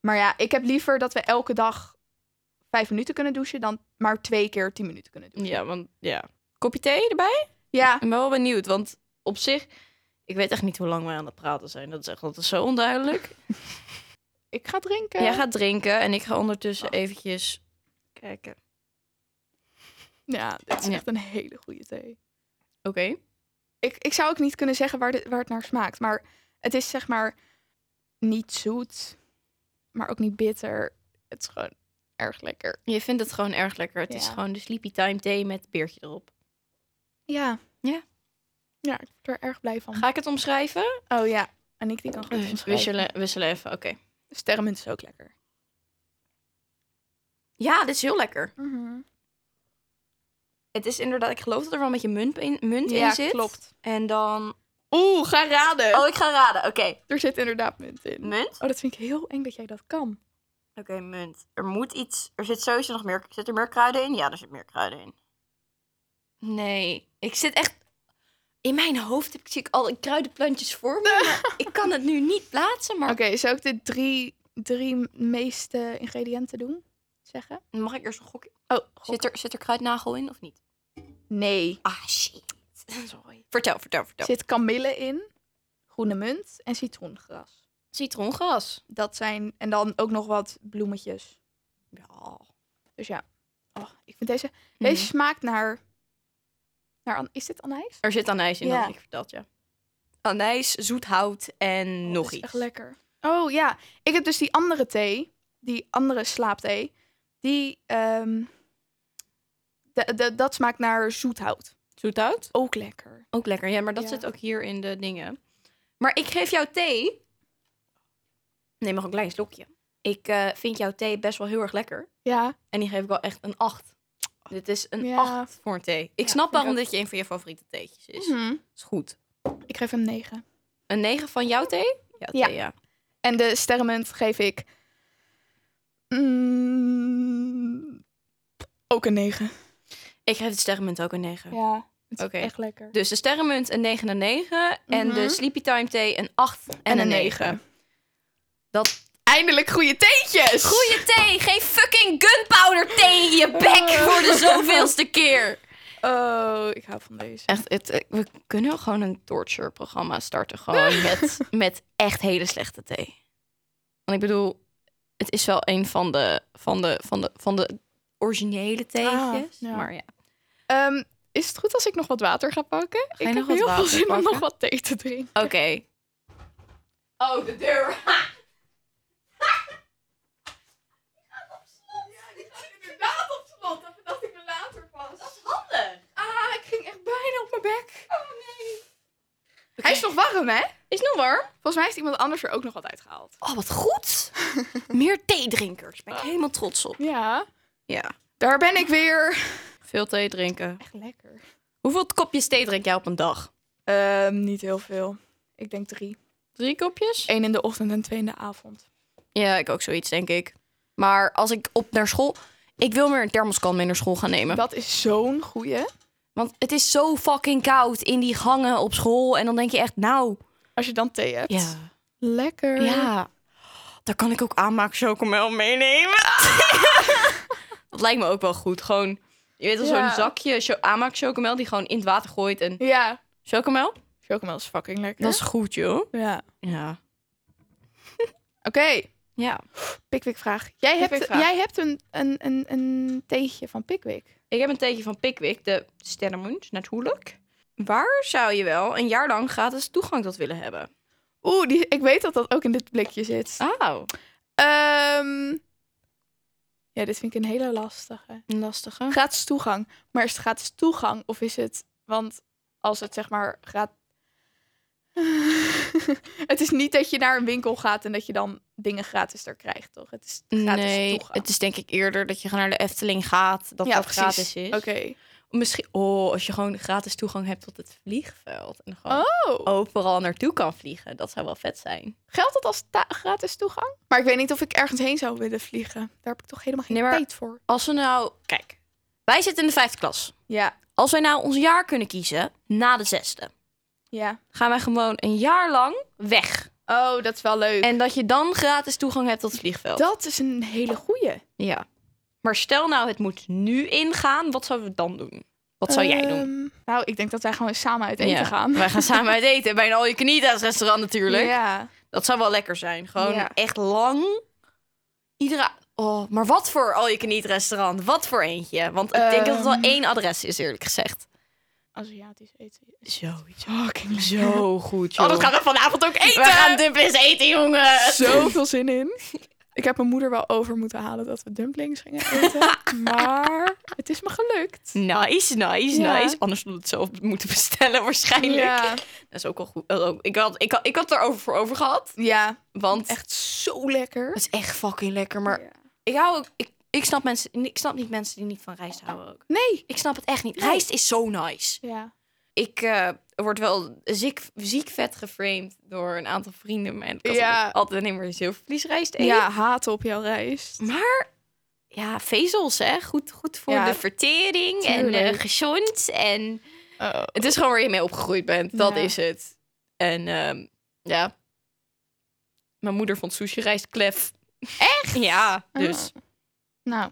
Speaker 1: Maar ja, ik heb liever dat we elke dag vijf minuten kunnen douchen dan maar twee keer tien minuten kunnen douchen.
Speaker 2: ja, want ja. Kopje thee erbij?
Speaker 1: Ja,
Speaker 2: Ik ben wel benieuwd, want op zich... Ik weet echt niet hoe lang wij aan het praten zijn. Dat is echt dat is zo onduidelijk.
Speaker 1: ik ga drinken.
Speaker 2: Jij gaat drinken en ik ga ondertussen eventjes kijken.
Speaker 1: Ja, dit is
Speaker 2: Ja.
Speaker 1: echt een hele goede thee.
Speaker 2: Oké.
Speaker 1: Ik, ik zou ook niet kunnen zeggen waar, dit- waar het naar smaakt. Maar het is zeg maar niet zoet, maar ook niet bitter. Het is gewoon erg lekker.
Speaker 2: Je vindt het gewoon erg lekker. Het is
Speaker 1: Ja.
Speaker 2: gewoon de Sleepy Time thee met beertje erop.
Speaker 1: Ja.
Speaker 2: Ja.
Speaker 1: Ja, ik word er erg blij van.
Speaker 2: Oh. Ga ik het omschrijven? Eh,
Speaker 1: Oh ja, Eh, en ik die kan goed omschrijven.
Speaker 2: Wisselen, wisselen even, oké.
Speaker 1: Sterrenmunt is ook lekker.
Speaker 2: Ja, dit is heel lekker.
Speaker 1: Mhm.
Speaker 2: Het is inderdaad, ik geloof dat er wel met je munt in, munt
Speaker 1: Ja,
Speaker 2: in zit.
Speaker 1: klopt.
Speaker 2: En dan...
Speaker 1: Oeh, ga raden.
Speaker 2: Oh, ik ga raden. Oké.
Speaker 1: Er zit inderdaad munt in.
Speaker 2: Munt?
Speaker 1: Oh, dat vind ik heel eng dat jij dat kan.
Speaker 2: Oké, munt. Er moet iets. Er zit sowieso nog meer. Zit er meer kruiden in? Ja, er zit meer kruiden in. Nee, ik zit echt. In mijn hoofd heb ik, zie ik al die kruidenplantjes voor me. maar ik kan het nu niet plaatsen, maar.
Speaker 1: Oké, zou ik de drie, drie meeste ingrediënten doen? Zeggen?
Speaker 2: Mag ik eerst een gokje?
Speaker 1: Oh,
Speaker 2: Zit er, zit er kruidnagel in of niet?
Speaker 1: nee.
Speaker 2: Ah, shit. Sorry. Vertel, vertel, vertel.
Speaker 1: Zit kamille in, groene munt en citroengras.
Speaker 2: Citroengras.
Speaker 1: Dat zijn, en dan ook nog wat bloemetjes.
Speaker 2: Ja.
Speaker 1: Dus ja. Oh, ik vind deze, deze smaakt naar, naar, an- is dit anijs?
Speaker 2: Er zit anijs in,
Speaker 1: Ja.
Speaker 2: dat heb ik verteld, ja. Oh, Anijs, zoet hout en nog
Speaker 1: Dat is
Speaker 2: iets.
Speaker 1: echt lekker. Oh ja, ik heb dus die andere thee, die andere slaapthee, die, ehm, de, de, dat smaakt naar zoethout.
Speaker 2: Zoet hout?
Speaker 1: Ook lekker.
Speaker 2: Ook lekker, ja, maar dat
Speaker 1: Ja.
Speaker 2: zit ook hier in de dingen. Maar ik geef jou thee. Neem nog een klein slokje. Ik eh, vind jouw thee best wel heel erg lekker.
Speaker 1: Ja,
Speaker 2: En die geef ik wel echt een 8. Dit is een
Speaker 1: Ja.
Speaker 2: 8 voor een thee. Ik Mhm.
Speaker 1: Ja,
Speaker 2: snap
Speaker 1: vind ik
Speaker 2: waarom
Speaker 1: ook.
Speaker 2: dit je een van je favoriete theetjes is. Is goed.
Speaker 1: Mhm. ik geef hem 9.
Speaker 2: Een 9 van jouw thee? Jouw
Speaker 1: Ja.
Speaker 2: thee, ja.
Speaker 1: En de sterrenmunt geef ik. mm, ook een 9.
Speaker 2: Ik geef de sterrenmunt ook een 9.
Speaker 1: Ja, het
Speaker 2: Oké.
Speaker 1: echt lekker.
Speaker 2: Dus de sterrenmunt een 9 en een 9. En
Speaker 1: Mhm.
Speaker 2: de sleepy time thee een 8 en, een 9. Dat-
Speaker 1: Eindelijk goede theetjes!
Speaker 2: Goeie thee! Geen fucking gunpowder thee in je bek voor de zoveelste keer!
Speaker 1: Oh, ik hou van deze.
Speaker 2: Echt, het, eh, we kunnen wel gewoon een torture-programma starten. Gewoon met, met echt hele slechte thee. Want ik bedoel, het is wel een van de, van de, van de, van de originele theetjes.
Speaker 1: ja.
Speaker 2: Maar Ah, ja.
Speaker 1: Ehm, is het goed als ik nog wat water ga pakken?
Speaker 2: je
Speaker 1: ik heb
Speaker 2: nog
Speaker 1: heel
Speaker 2: wat
Speaker 1: veel
Speaker 2: water
Speaker 1: zin om
Speaker 2: pakken?
Speaker 1: nog wat thee te drinken.
Speaker 2: Oké. Oh, de deur.
Speaker 1: Inderdaad op slot, dat dacht ik me later pas.
Speaker 2: Handig.
Speaker 1: Ah, ik ging echt bijna op mijn bek.
Speaker 2: Oh nee.
Speaker 1: Hij is nog warm, hè?
Speaker 2: Is nog warm?
Speaker 1: Volgens mij heeft iemand anders er ook nog wat uitgehaald.
Speaker 2: Oh, wat goed. Meer theedrinkers. Daar ben ik helemaal trots op.
Speaker 1: Ja.
Speaker 2: Oh. Ja.
Speaker 1: Daar ben ik weer.
Speaker 2: Veel thee drinken.
Speaker 1: Echt lekker.
Speaker 2: Hoeveel kopjes thee drink jij op een dag?
Speaker 1: Ehm, niet heel veel. Ik denk drie.
Speaker 2: Drie kopjes?
Speaker 1: Eén in de ochtend en twee in de avond.
Speaker 2: Ja, ik ook zoiets, denk ik. Maar als ik op naar school... Ik wil meer een thermoskan mee naar school gaan nemen.
Speaker 1: Dat is zo'n goeie.
Speaker 2: Want het is zo fucking koud in die gangen op school. En dan denk je echt, nou...
Speaker 1: Als je dan thee hebt.
Speaker 2: Ja.
Speaker 1: Lekker.
Speaker 2: Ja. Eh, Daar kan ik ook aanmaakchocomel meenemen. dat lijkt me ook wel goed. Gewoon, je weet wel,
Speaker 1: Ja.
Speaker 2: zo'n zakje cho- aanmaakchocomel die gewoon in het water gooit. En
Speaker 1: Ja.
Speaker 2: chocomel?
Speaker 1: Chocomel is fucking lekker.
Speaker 2: Dat is goed, joh.
Speaker 1: Ja.
Speaker 2: Ja.
Speaker 1: Oké,
Speaker 2: Ja.
Speaker 1: Pickwick-vraag. Jij hebt,
Speaker 2: Pickwick-vraag.
Speaker 1: Jij hebt een, een, een, een theetje van Pickwick.
Speaker 2: Ik heb een theetje van Pickwick, de sterrenmunt, natuurlijk. Waar zou je wel een jaar lang gratis toegang tot willen hebben?
Speaker 1: Oeh, die, ik weet dat dat ook in dit blikje zit.
Speaker 2: Oh,
Speaker 1: Ehm, ja, dit vind ik een hele lastige.
Speaker 2: een lastige.
Speaker 1: Gratis toegang. Maar is het gratis toegang of is het... Want als het zeg maar gaat... het is niet dat je naar een winkel gaat en dat je dan dingen gratis er krijgt, toch? Het is gratis
Speaker 2: nee,
Speaker 1: toegang.
Speaker 2: het is denk ik eerder dat je naar de Efteling gaat, dat
Speaker 1: ja,
Speaker 2: dat
Speaker 1: precies.
Speaker 2: gratis is.
Speaker 1: Oké.
Speaker 2: Misschien, oh, als je gewoon gratis toegang hebt tot het vliegveld en gewoon
Speaker 1: Oh,
Speaker 2: overal naartoe kan vliegen, dat zou wel vet zijn.
Speaker 1: geldt dat als ta- gratis toegang? Maar ik weet niet of ik ergens heen zou willen vliegen. Daar heb ik toch helemaal geen
Speaker 2: Nee, maar-
Speaker 1: tijd voor.
Speaker 2: Als we nou, kijk, wij zitten in de vijfde klas.
Speaker 1: Ja,
Speaker 2: Als wij nou ons jaar kunnen kiezen na de zesde,
Speaker 1: ja.
Speaker 2: gaan wij gewoon een jaar lang weg.
Speaker 1: Oh, dat is wel leuk.
Speaker 2: En dat je dan gratis toegang hebt tot het vliegveld.
Speaker 1: dat is een hele goeie.
Speaker 2: Ja. Maar stel nou, het moet nu ingaan, wat zouden we dan doen? Wat zou jij doen?
Speaker 1: Ehm, Nou, ik denk dat wij gewoon eens samen uit eten
Speaker 2: Ja,
Speaker 1: gaan.
Speaker 2: Wij gaan samen uit eten bij een all you can eat uit restaurant natuurlijk.
Speaker 1: Ja.
Speaker 2: Dat zou wel lekker zijn. Gewoon
Speaker 1: Ja.
Speaker 2: echt lang. Iedere... a- Oh, maar wat voor all you can eat restaurant? Wat voor eentje? Want ik denk dat het wel
Speaker 1: Ehm.
Speaker 2: één adres is, eerlijk gezegd.
Speaker 1: Aziatisch eten.
Speaker 2: Zoiets.
Speaker 1: Fucking
Speaker 2: Zo goed, joh.
Speaker 1: Oh, dat gaan we vanavond ook eten.
Speaker 2: We gaan dumplings eten, jongen.
Speaker 1: Zoveel zin in. Ik heb mijn moeder wel over moeten halen dat we dumplings gingen eten. maar het is me gelukt.
Speaker 2: Nice, nice,
Speaker 1: Ja.
Speaker 2: nice. Anders hadden we het zelf moeten bestellen waarschijnlijk.
Speaker 1: Ja.
Speaker 2: Dat is ook wel goed. Eh, ook- Ik had, ik had, ik had het erover voor over gehad.
Speaker 1: ja,
Speaker 2: Want
Speaker 1: echt zo lekker.
Speaker 2: het is echt fucking lekker. Maar ik hou ook... Ik, ik, snap mensen, ik snap niet mensen die niet van rijst houden ook.
Speaker 1: Nee.
Speaker 2: Ik snap het echt niet. Rijst is zo nice.
Speaker 1: Ja.
Speaker 2: ik eh, word wel ziek, ziek vet geframed door een aantal vrienden. Maar ik
Speaker 1: Ja.
Speaker 2: ja. altijd alleen maar zilvervliesrijst eten.
Speaker 1: ja, haat op jouw rijst.
Speaker 2: Maar ja, vezels, hè? Goed, goed voor
Speaker 1: Ja.
Speaker 2: de vertering en
Speaker 1: Tuurlijk.
Speaker 2: eh gezond. En
Speaker 1: Oh.
Speaker 2: het is gewoon waar je mee opgegroeid bent. Dat
Speaker 1: Ja.
Speaker 2: is het. En ehm, ja, mijn moeder vond sushi rijst klef. Echt? Ja,
Speaker 1: Ah.
Speaker 2: dus
Speaker 1: Nou,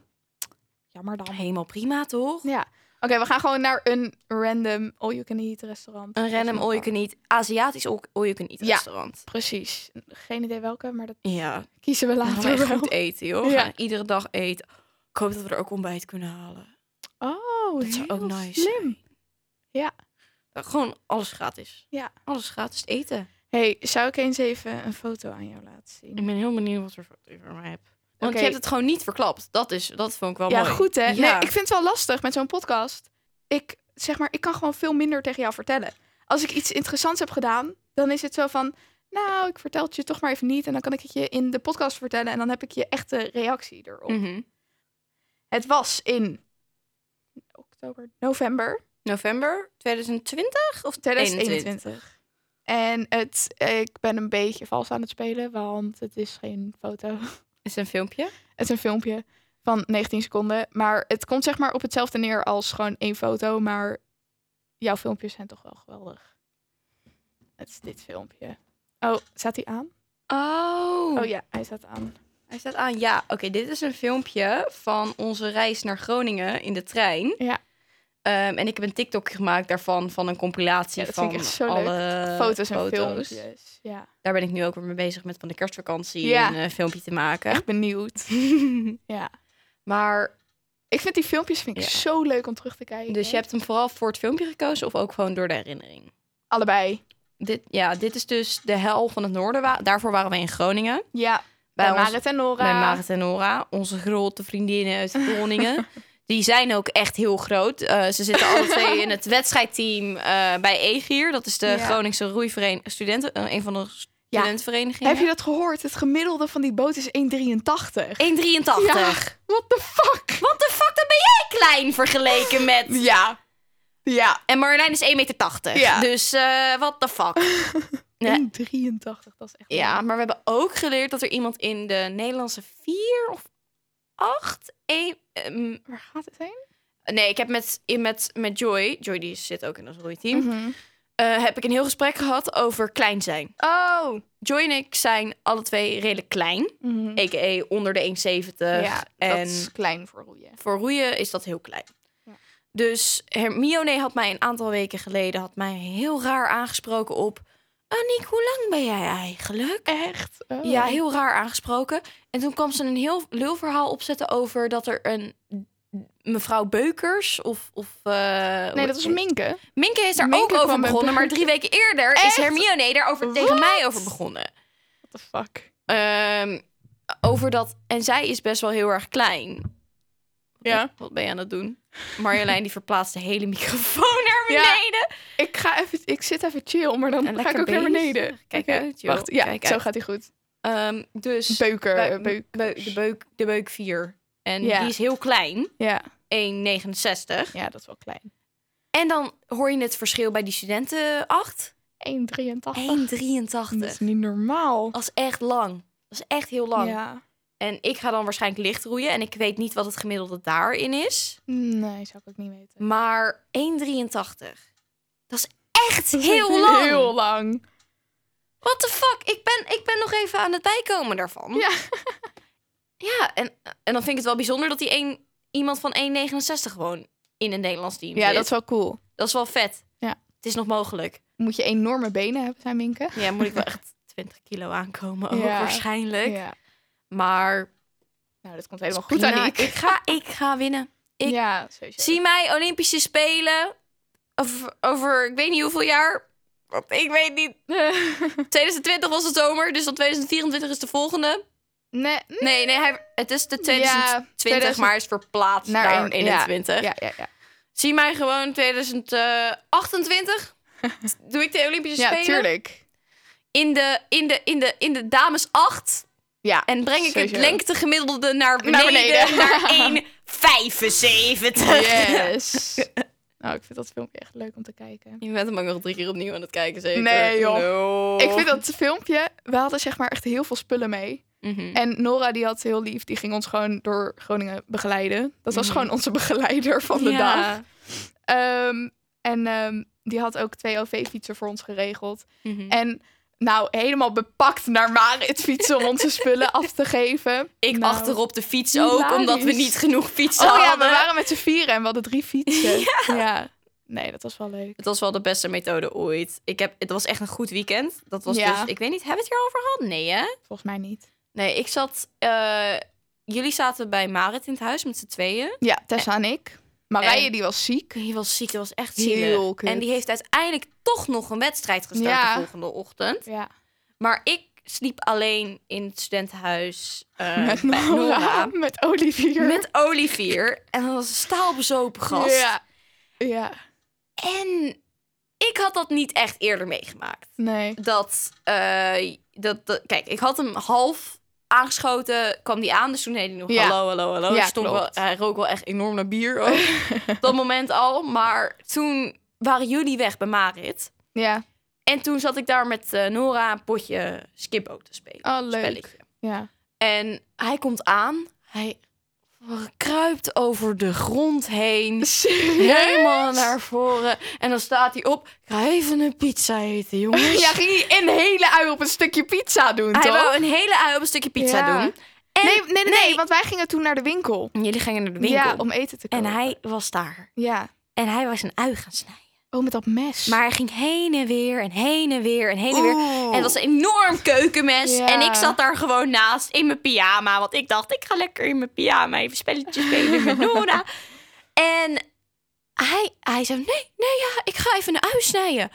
Speaker 1: jammer dan.
Speaker 2: helemaal prima, toch?
Speaker 1: Ja. Oké, we gaan gewoon naar een random all-you-can-eat restaurant.
Speaker 2: Een random all you can eat, Aziatisch all all you can eat
Speaker 1: Ja.
Speaker 2: restaurant.
Speaker 1: Precies. Geen idee welke, maar dat
Speaker 2: Ja,
Speaker 1: kiezen we
Speaker 2: Laten
Speaker 1: later
Speaker 2: we
Speaker 1: wel.
Speaker 2: goed eten, joh. We
Speaker 1: Ja.
Speaker 2: gaan iedere dag eten. Ik hoop dat we er ook ontbijt kunnen halen.
Speaker 1: Oh,
Speaker 2: Dat zou ook
Speaker 1: heel
Speaker 2: nice
Speaker 1: slim.
Speaker 2: Dat Gewoon alles gratis.
Speaker 1: Ja.
Speaker 2: Alles gratis eten.
Speaker 1: hey, zou ik eens even een foto aan jou laten zien?
Speaker 2: Ik ben heel benieuwd wat voor foto je voor mij hebt. Want
Speaker 1: Oké.
Speaker 2: je hebt het gewoon niet verklapt. Dat, is, dat vond ik wel
Speaker 1: ja,
Speaker 2: mooi.
Speaker 1: goed hè? Nee,
Speaker 2: Ja.
Speaker 1: ik vind het wel lastig met zo'n podcast. Ik zeg maar, ik kan gewoon veel minder tegen jou vertellen. Als ik iets interessants heb gedaan, dan is het zo van, nou, ik vertel het je toch maar even niet en dan kan ik het je in de podcast vertellen en dan heb ik je echte reactie erop.
Speaker 2: Mhm.
Speaker 1: Het was in oktober, november
Speaker 2: November 2020 of 2021?
Speaker 1: 2021. En het, ik ben een beetje vals aan het spelen, want het is geen foto.
Speaker 2: Is een filmpje?
Speaker 1: Het is een filmpje van 19 seconden. Maar het komt zeg maar op hetzelfde neer als gewoon één foto. Maar jouw filmpjes zijn toch wel geweldig. Het is dit filmpje. Oh, staat hij aan?
Speaker 2: Oh.
Speaker 1: Oh ja, hij staat aan.
Speaker 2: Hij staat aan. Ja, oké. dit is een filmpje van onze reis naar Groningen in de trein.
Speaker 1: Ja.
Speaker 2: Ehm, en ik heb een TikTok gemaakt daarvan, van een compilatie
Speaker 1: Ja, dat
Speaker 2: van
Speaker 1: vind ik echt zo leuk.
Speaker 2: alle
Speaker 1: foto's en
Speaker 2: foto's.
Speaker 1: filmpjes. Ja,
Speaker 2: daar ben ik nu ook weer mee bezig met van de kerstvakantie
Speaker 1: Ja.
Speaker 2: een eh, filmpje te maken.
Speaker 1: echt benieuwd. Ja.
Speaker 2: maar
Speaker 1: Ik vind die filmpjes vind ik
Speaker 2: Ja.
Speaker 1: zo leuk om terug te kijken.
Speaker 2: dus je hebt hem vooral voor het filmpje gekozen of ook gewoon door de herinnering?
Speaker 1: allebei.
Speaker 2: Dit, ja, dit is dus de hel van het noorden. Wa- Daarvoor waren wij in Groningen.
Speaker 1: Ja, bij,
Speaker 2: Bij, ons,
Speaker 1: Marit en Nora.
Speaker 2: bij Marit en Nora, onze grote vriendinnen uit Groningen. Die zijn ook echt heel groot. Eh, ze zitten alle twee in het wedstrijdteam eh, bij EGIR. Dat is de
Speaker 1: Ja.
Speaker 2: Groningse roeivereniging, studenten, eh, een van de studentenverenigingen.
Speaker 1: Heb je dat gehoord? Het gemiddelde van die boot is 1,83.
Speaker 2: 1,83.
Speaker 1: Ja, what the fuck?
Speaker 2: What the fuck, dan ben jij klein vergeleken met...
Speaker 1: Ja. Ja.
Speaker 2: En Marjolein is 1,80 meter.
Speaker 1: Ja.
Speaker 2: Dus eh what the fuck. Nee.
Speaker 1: 1,83, dat is echt...
Speaker 2: ja, maar we hebben ook geleerd dat er iemand in de Nederlandse 4 of 8... Een, ehm,
Speaker 1: Waar gaat het heen? Mhm.
Speaker 2: nee, ik heb met, in- met, met Joy... Joy die zit ook in ons roeiteam. eh, heb ik een heel gesprek gehad over klein zijn.
Speaker 1: Oh.
Speaker 2: Joy en ik zijn alle twee redelijk klein. A.k.a. onder de 1,70.
Speaker 1: Ja, dat
Speaker 2: Mhm. en
Speaker 1: is klein voor je.
Speaker 2: voor roeien is dat heel klein.
Speaker 1: Ja.
Speaker 2: Dus Hermione had mij een aantal weken geleden had mij heel raar aangesproken op... Aniek, hoe lang ben jij eigenlijk?
Speaker 1: Echt? Oh.
Speaker 2: Ja, heel raar aangesproken. En toen kwam ze een heel lulverhaal opzetten over dat er een mevrouw Beukers of... of eh,
Speaker 1: Nee, dat is Minke.
Speaker 2: Minke is daar
Speaker 1: Minke
Speaker 2: ook over
Speaker 1: kwam met
Speaker 2: begonnen, maar
Speaker 1: Beukers.
Speaker 2: drie weken eerder is
Speaker 1: Echt?
Speaker 2: Hermione daarover tegen
Speaker 1: Wat?
Speaker 2: mij over begonnen.
Speaker 1: What the fuck?
Speaker 2: Ehm, over dat... En zij is best wel heel erg klein.
Speaker 1: Ja.
Speaker 2: Wat ben je aan het doen? Marjolein die verplaatst de hele microfoon naar
Speaker 1: Ja.
Speaker 2: beneden.
Speaker 1: Ik, ga even, ik zit even chill, maar dan
Speaker 2: Een
Speaker 1: ga ik
Speaker 2: lekker
Speaker 1: ook naar
Speaker 2: beest.
Speaker 1: beneden.
Speaker 2: Kijk
Speaker 1: Oké,
Speaker 2: uit, joh.
Speaker 1: Wacht, ja,
Speaker 2: Kijk
Speaker 1: zo
Speaker 2: uit.
Speaker 1: gaat hij goed.
Speaker 2: Ehm, dus
Speaker 1: Beuker.
Speaker 2: Beu-
Speaker 1: beuk.
Speaker 2: Beu- de, beuk, de beuk 4. En
Speaker 1: Ja.
Speaker 2: die is heel klein.
Speaker 1: Ja.
Speaker 2: 1,69.
Speaker 1: ja, dat is wel klein.
Speaker 2: En dan hoor je het verschil bij die studenten 8.
Speaker 1: 1,83.
Speaker 2: 1,83.
Speaker 1: Dat is niet normaal.
Speaker 2: Dat is echt lang. Dat is echt heel lang.
Speaker 1: Ja.
Speaker 2: En ik ga dan waarschijnlijk licht roeien. En ik weet niet wat het gemiddelde daarin is.
Speaker 1: Nee, zou ik ook niet weten.
Speaker 2: Maar 1,83. Dat is echt heel lang.
Speaker 1: Heel lang.
Speaker 2: What the fuck? Ik ben, ik ben nog even aan het bijkomen daarvan.
Speaker 1: Ja.
Speaker 2: Ja, en, en dan vind ik het wel bijzonder dat die een, iemand van 1,69 gewoon in een Nederlands team
Speaker 1: Ja,
Speaker 2: zit.
Speaker 1: dat is wel cool.
Speaker 2: dat is wel vet.
Speaker 1: Ja.
Speaker 2: Het is nog mogelijk.
Speaker 1: Moet je enorme benen hebben, zijn Minke.
Speaker 2: Ja, moet ik wel echt 20 kilo aankomen ook
Speaker 1: Ja.
Speaker 2: waarschijnlijk.
Speaker 1: Ja.
Speaker 2: Maar
Speaker 1: Nou, dat komt helemaal goed,
Speaker 2: prima.
Speaker 1: Aniek.
Speaker 2: Ik ga, ik ga winnen. ik-
Speaker 1: ja, sowieso.
Speaker 2: Zie mij Olympische Spelen over, over ik weet niet hoeveel jaar. Want Ik weet niet.
Speaker 1: Eh,
Speaker 2: 2020 was het zomer, dus dan 2024 is de volgende.
Speaker 1: nee,
Speaker 2: Nee, nee, hij, het is de 2020,
Speaker 1: Ja, 2000
Speaker 2: maar is verplaatst
Speaker 1: Naar
Speaker 2: naar,
Speaker 1: een- ja,
Speaker 2: 21.
Speaker 1: ja, ja, ja.
Speaker 2: Zie mij gewoon 2028. Doe ik de Olympische
Speaker 1: Ja,
Speaker 2: Spelen
Speaker 1: tuurlijk.
Speaker 2: in de in de in de in de dames 8
Speaker 1: Ja,
Speaker 2: en breng ik
Speaker 1: sowieso.
Speaker 2: het lengtegemiddelde
Speaker 1: Naar
Speaker 2: naar beneden
Speaker 1: beneden.
Speaker 2: naar, 1,75.
Speaker 1: Oh, Yes. nou, ik vind dat filmpje echt leuk om te kijken.
Speaker 2: Je bent hem ook nog drie keer opnieuw aan het kijken, zeker.
Speaker 1: Nee, joh.
Speaker 2: No.
Speaker 1: Ik vind dat filmpje, we hadden zeg maar echt heel veel spullen mee.
Speaker 2: Mhm.
Speaker 1: En Nora die had heel lief, die ging ons gewoon door Groningen begeleiden. Dat was gewoon onze begeleider van de
Speaker 2: Ja.
Speaker 1: dag. Ehm, en ehm, die had ook twee OV-fietsen voor ons geregeld.
Speaker 2: Mhm.
Speaker 1: En nou, helemaal bepakt naar Marit fietsen om onze spullen af te geven.
Speaker 2: Ik
Speaker 1: Nou.
Speaker 2: achterop de fiets ook, omdat we
Speaker 1: hilarisch.
Speaker 2: niet genoeg fietsen
Speaker 1: Oh ja, we
Speaker 2: hadden.
Speaker 1: waren met z'n vieren en we hadden drie fietsen. Ja. Nee, dat was wel leuk.
Speaker 2: Het was wel de beste methode ooit. Ik heb, het was echt een goed weekend. Dat was
Speaker 1: Ja.
Speaker 2: dus, ik weet niet, hebben we het hier over gehad? Nee, hè?
Speaker 1: Volgens mij niet.
Speaker 2: Nee, ik zat. eh, jullie zaten bij Marit in het huis met z'n tweeën.
Speaker 1: Ja, Tessa en ik. Marije,
Speaker 2: En-
Speaker 1: die was ziek.
Speaker 2: Die was ziek, dat was echt
Speaker 1: Heel
Speaker 2: zielig.
Speaker 1: kut.
Speaker 2: En die heeft uiteindelijk toch nog een wedstrijd gestart
Speaker 1: Ja.
Speaker 2: de volgende ochtend.
Speaker 1: Ja.
Speaker 2: Maar ik sliep alleen in het studentenhuis eh,
Speaker 1: Met
Speaker 2: bij
Speaker 1: Nora.
Speaker 2: Nora.
Speaker 1: Met Olivier.
Speaker 2: Met Olivier. En dat was een staalbezopen gast.
Speaker 1: Ja. Ja.
Speaker 2: En ik had dat niet echt eerder meegemaakt.
Speaker 1: Nee.
Speaker 2: dat, eh, dat, dat- Kijk, ik had hem half aangeschoten, kwam die aan. Dus toen deed hij nog
Speaker 1: Ja.
Speaker 2: hallo, hallo, hallo.
Speaker 1: Ja,
Speaker 2: Er stond wel,
Speaker 1: klopt.
Speaker 2: hij rook wel echt enorm naar bier ook, op dat moment al. Maar toen waren jullie weg bij Marit.
Speaker 1: Ja.
Speaker 2: En toen zat ik daar met eh, Nora een potje skipbo te spelen.
Speaker 1: Oh, leuk.
Speaker 2: Spelletje.
Speaker 1: Ja.
Speaker 2: En hij komt aan. Hij kruipt over de grond heen. Helemaal naar voren. En dan staat hij op. Ik ga even een pizza eten, jongens.
Speaker 1: Ja, ging hij een hele ui op een stukje pizza doen,
Speaker 2: Hij
Speaker 1: toch?
Speaker 2: wou een hele ui op een stukje pizza
Speaker 1: Ja.
Speaker 2: doen.
Speaker 1: Nee, nee, nee, nee, want wij gingen toen naar de winkel.
Speaker 2: En jullie gingen naar de winkel.
Speaker 1: Ja, om eten te
Speaker 2: En
Speaker 1: kopen.
Speaker 2: hij was daar.
Speaker 1: Ja.
Speaker 2: En hij was een ui gaan snijden.
Speaker 1: Oh, met dat mes.
Speaker 2: Maar hij ging heen en weer en heen en weer en heen en weer. En het was een enorm keukenmes.
Speaker 1: Oh. Ja.
Speaker 2: En ik zat daar gewoon naast in mijn pyjama. Want ik dacht, ik ga lekker in mijn pyjama even spelletje spelen met Nora. En hij, hij zei, nee, nee, ja, ik ga even een ui snijden.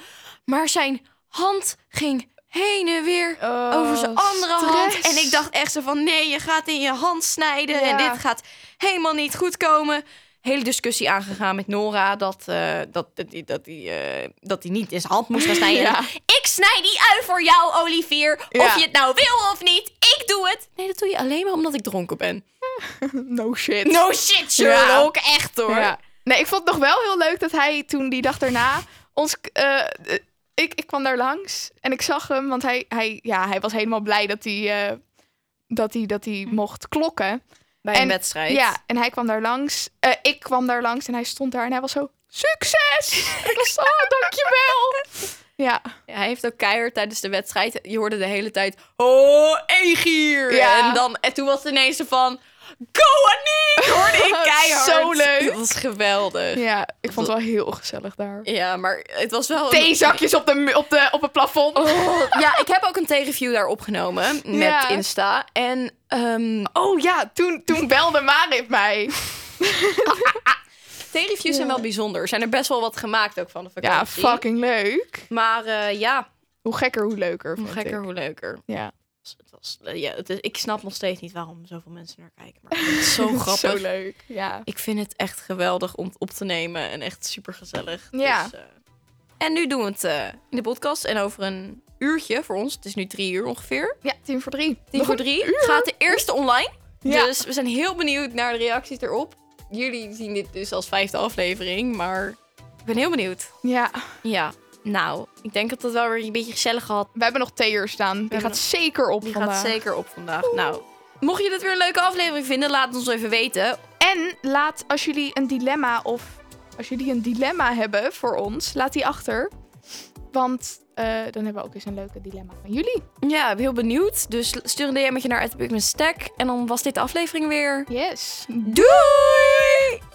Speaker 2: Maar zijn hand ging heen en weer
Speaker 1: Oh,
Speaker 2: over zijn andere hand.
Speaker 1: stress.
Speaker 2: En ik dacht echt zo van, nee, je gaat in je hand snijden. En
Speaker 1: Ja.
Speaker 2: dit gaat helemaal niet goed komen. Hele discussie aangegaan met Nora dat hij dat, dat, die- dat, die, eh, dat die niet in zijn hand moest gaan snijden.
Speaker 1: Ja.
Speaker 2: Ik snij die ui voor jou, Olivier. Of
Speaker 1: Ja.
Speaker 2: je het nou wil of niet, ik doe het. Nee, dat doe je alleen maar omdat ik dronken ben.
Speaker 1: No shit.
Speaker 2: No shit, Sherlock. Echt hoor.
Speaker 1: Ja. Nee, ik vond het nog wel heel leuk dat hij toen die dag daarna ons. eh, eh, ik, ik kwam daar langs en ik zag hem, want hij, hij, ja, hij was helemaal blij dat hij, eh, dat hij, dat hij mocht klokken.
Speaker 2: Bij
Speaker 1: En-
Speaker 2: wedstrijd.
Speaker 1: Ja, en hij kwam daar langs. Eh, ik kwam daar langs en hij stond daar en hij was zo. Succes! ik was zo, "Oh, dankjewel! Ja,
Speaker 2: Ja, hij heeft ook keihard tijdens de wedstrijd. Je hoorde de hele tijd. Oh, Egier!
Speaker 1: Ja.
Speaker 2: En, dan, en toen was het ineens zo van. Go Aniek! Hoorde ik keihard.
Speaker 1: Zo leuk.
Speaker 2: Dat was geweldig. Ja.
Speaker 1: ja ik vond het wel heel gezellig daar.
Speaker 2: maar het was wel. een-
Speaker 1: Theezakjes op, de, mu- op, de, op het plafond.
Speaker 2: Oh, ja, ik heb ook een theereview daar opgenomen met
Speaker 1: Ja.
Speaker 2: Insta. En ehm
Speaker 1: Oh ja, toen, toen belde Marit mij.
Speaker 2: theereviews zijn wel bijzonder. Er zijn er best wel wat gemaakt ook van de
Speaker 1: Ja,
Speaker 2: vakantie.
Speaker 1: fucking leuk.
Speaker 2: Maar eh, ja,
Speaker 1: Hoe gekker, hoe leuker.
Speaker 2: hoe
Speaker 1: vond
Speaker 2: gekker,
Speaker 1: ik.
Speaker 2: hoe leuker.
Speaker 1: Ja,
Speaker 2: Het was, eh, ja, het is, ik snap nog steeds niet waarom zoveel mensen naar kijken. Maar ik vind het zo Oh, grappig.
Speaker 1: zo leuk. Ja.
Speaker 2: Ik vind het echt geweldig om het op te nemen en echt super gezellig.
Speaker 1: Ja.
Speaker 2: Dus, eh, en nu doen we het eh, in de podcast. En over een uurtje voor ons, het is nu drie uur ongeveer.
Speaker 1: Ja, tien voor drie.
Speaker 2: Tien voor drie gaat de eerste online.
Speaker 1: Ja.
Speaker 2: Dus we zijn heel benieuwd naar de reacties erop. Jullie zien dit dus als vijfde aflevering, maar ik ben heel benieuwd.
Speaker 1: Ja,
Speaker 2: Ja, nou, ik denk dat het wel weer een beetje gezellig gehad.
Speaker 1: we hebben nog theer staan. Die
Speaker 2: hebben
Speaker 1: gaat
Speaker 2: nog-
Speaker 1: zeker op
Speaker 2: Die
Speaker 1: vandaag.
Speaker 2: gaat zeker op vandaag. Nou, mocht je dit weer een leuke aflevering vinden, laat het ons even weten.
Speaker 1: En laat als jullie een dilemma of als jullie een dilemma hebben voor ons, laat die achter. Want eh, dan hebben we ook eens een leuke dilemma van jullie.
Speaker 2: Ja, ik ben heel benieuwd. Dus stuur een DM'tje naar Stack. En dan was dit de aflevering weer.
Speaker 1: Yes.
Speaker 2: Doei!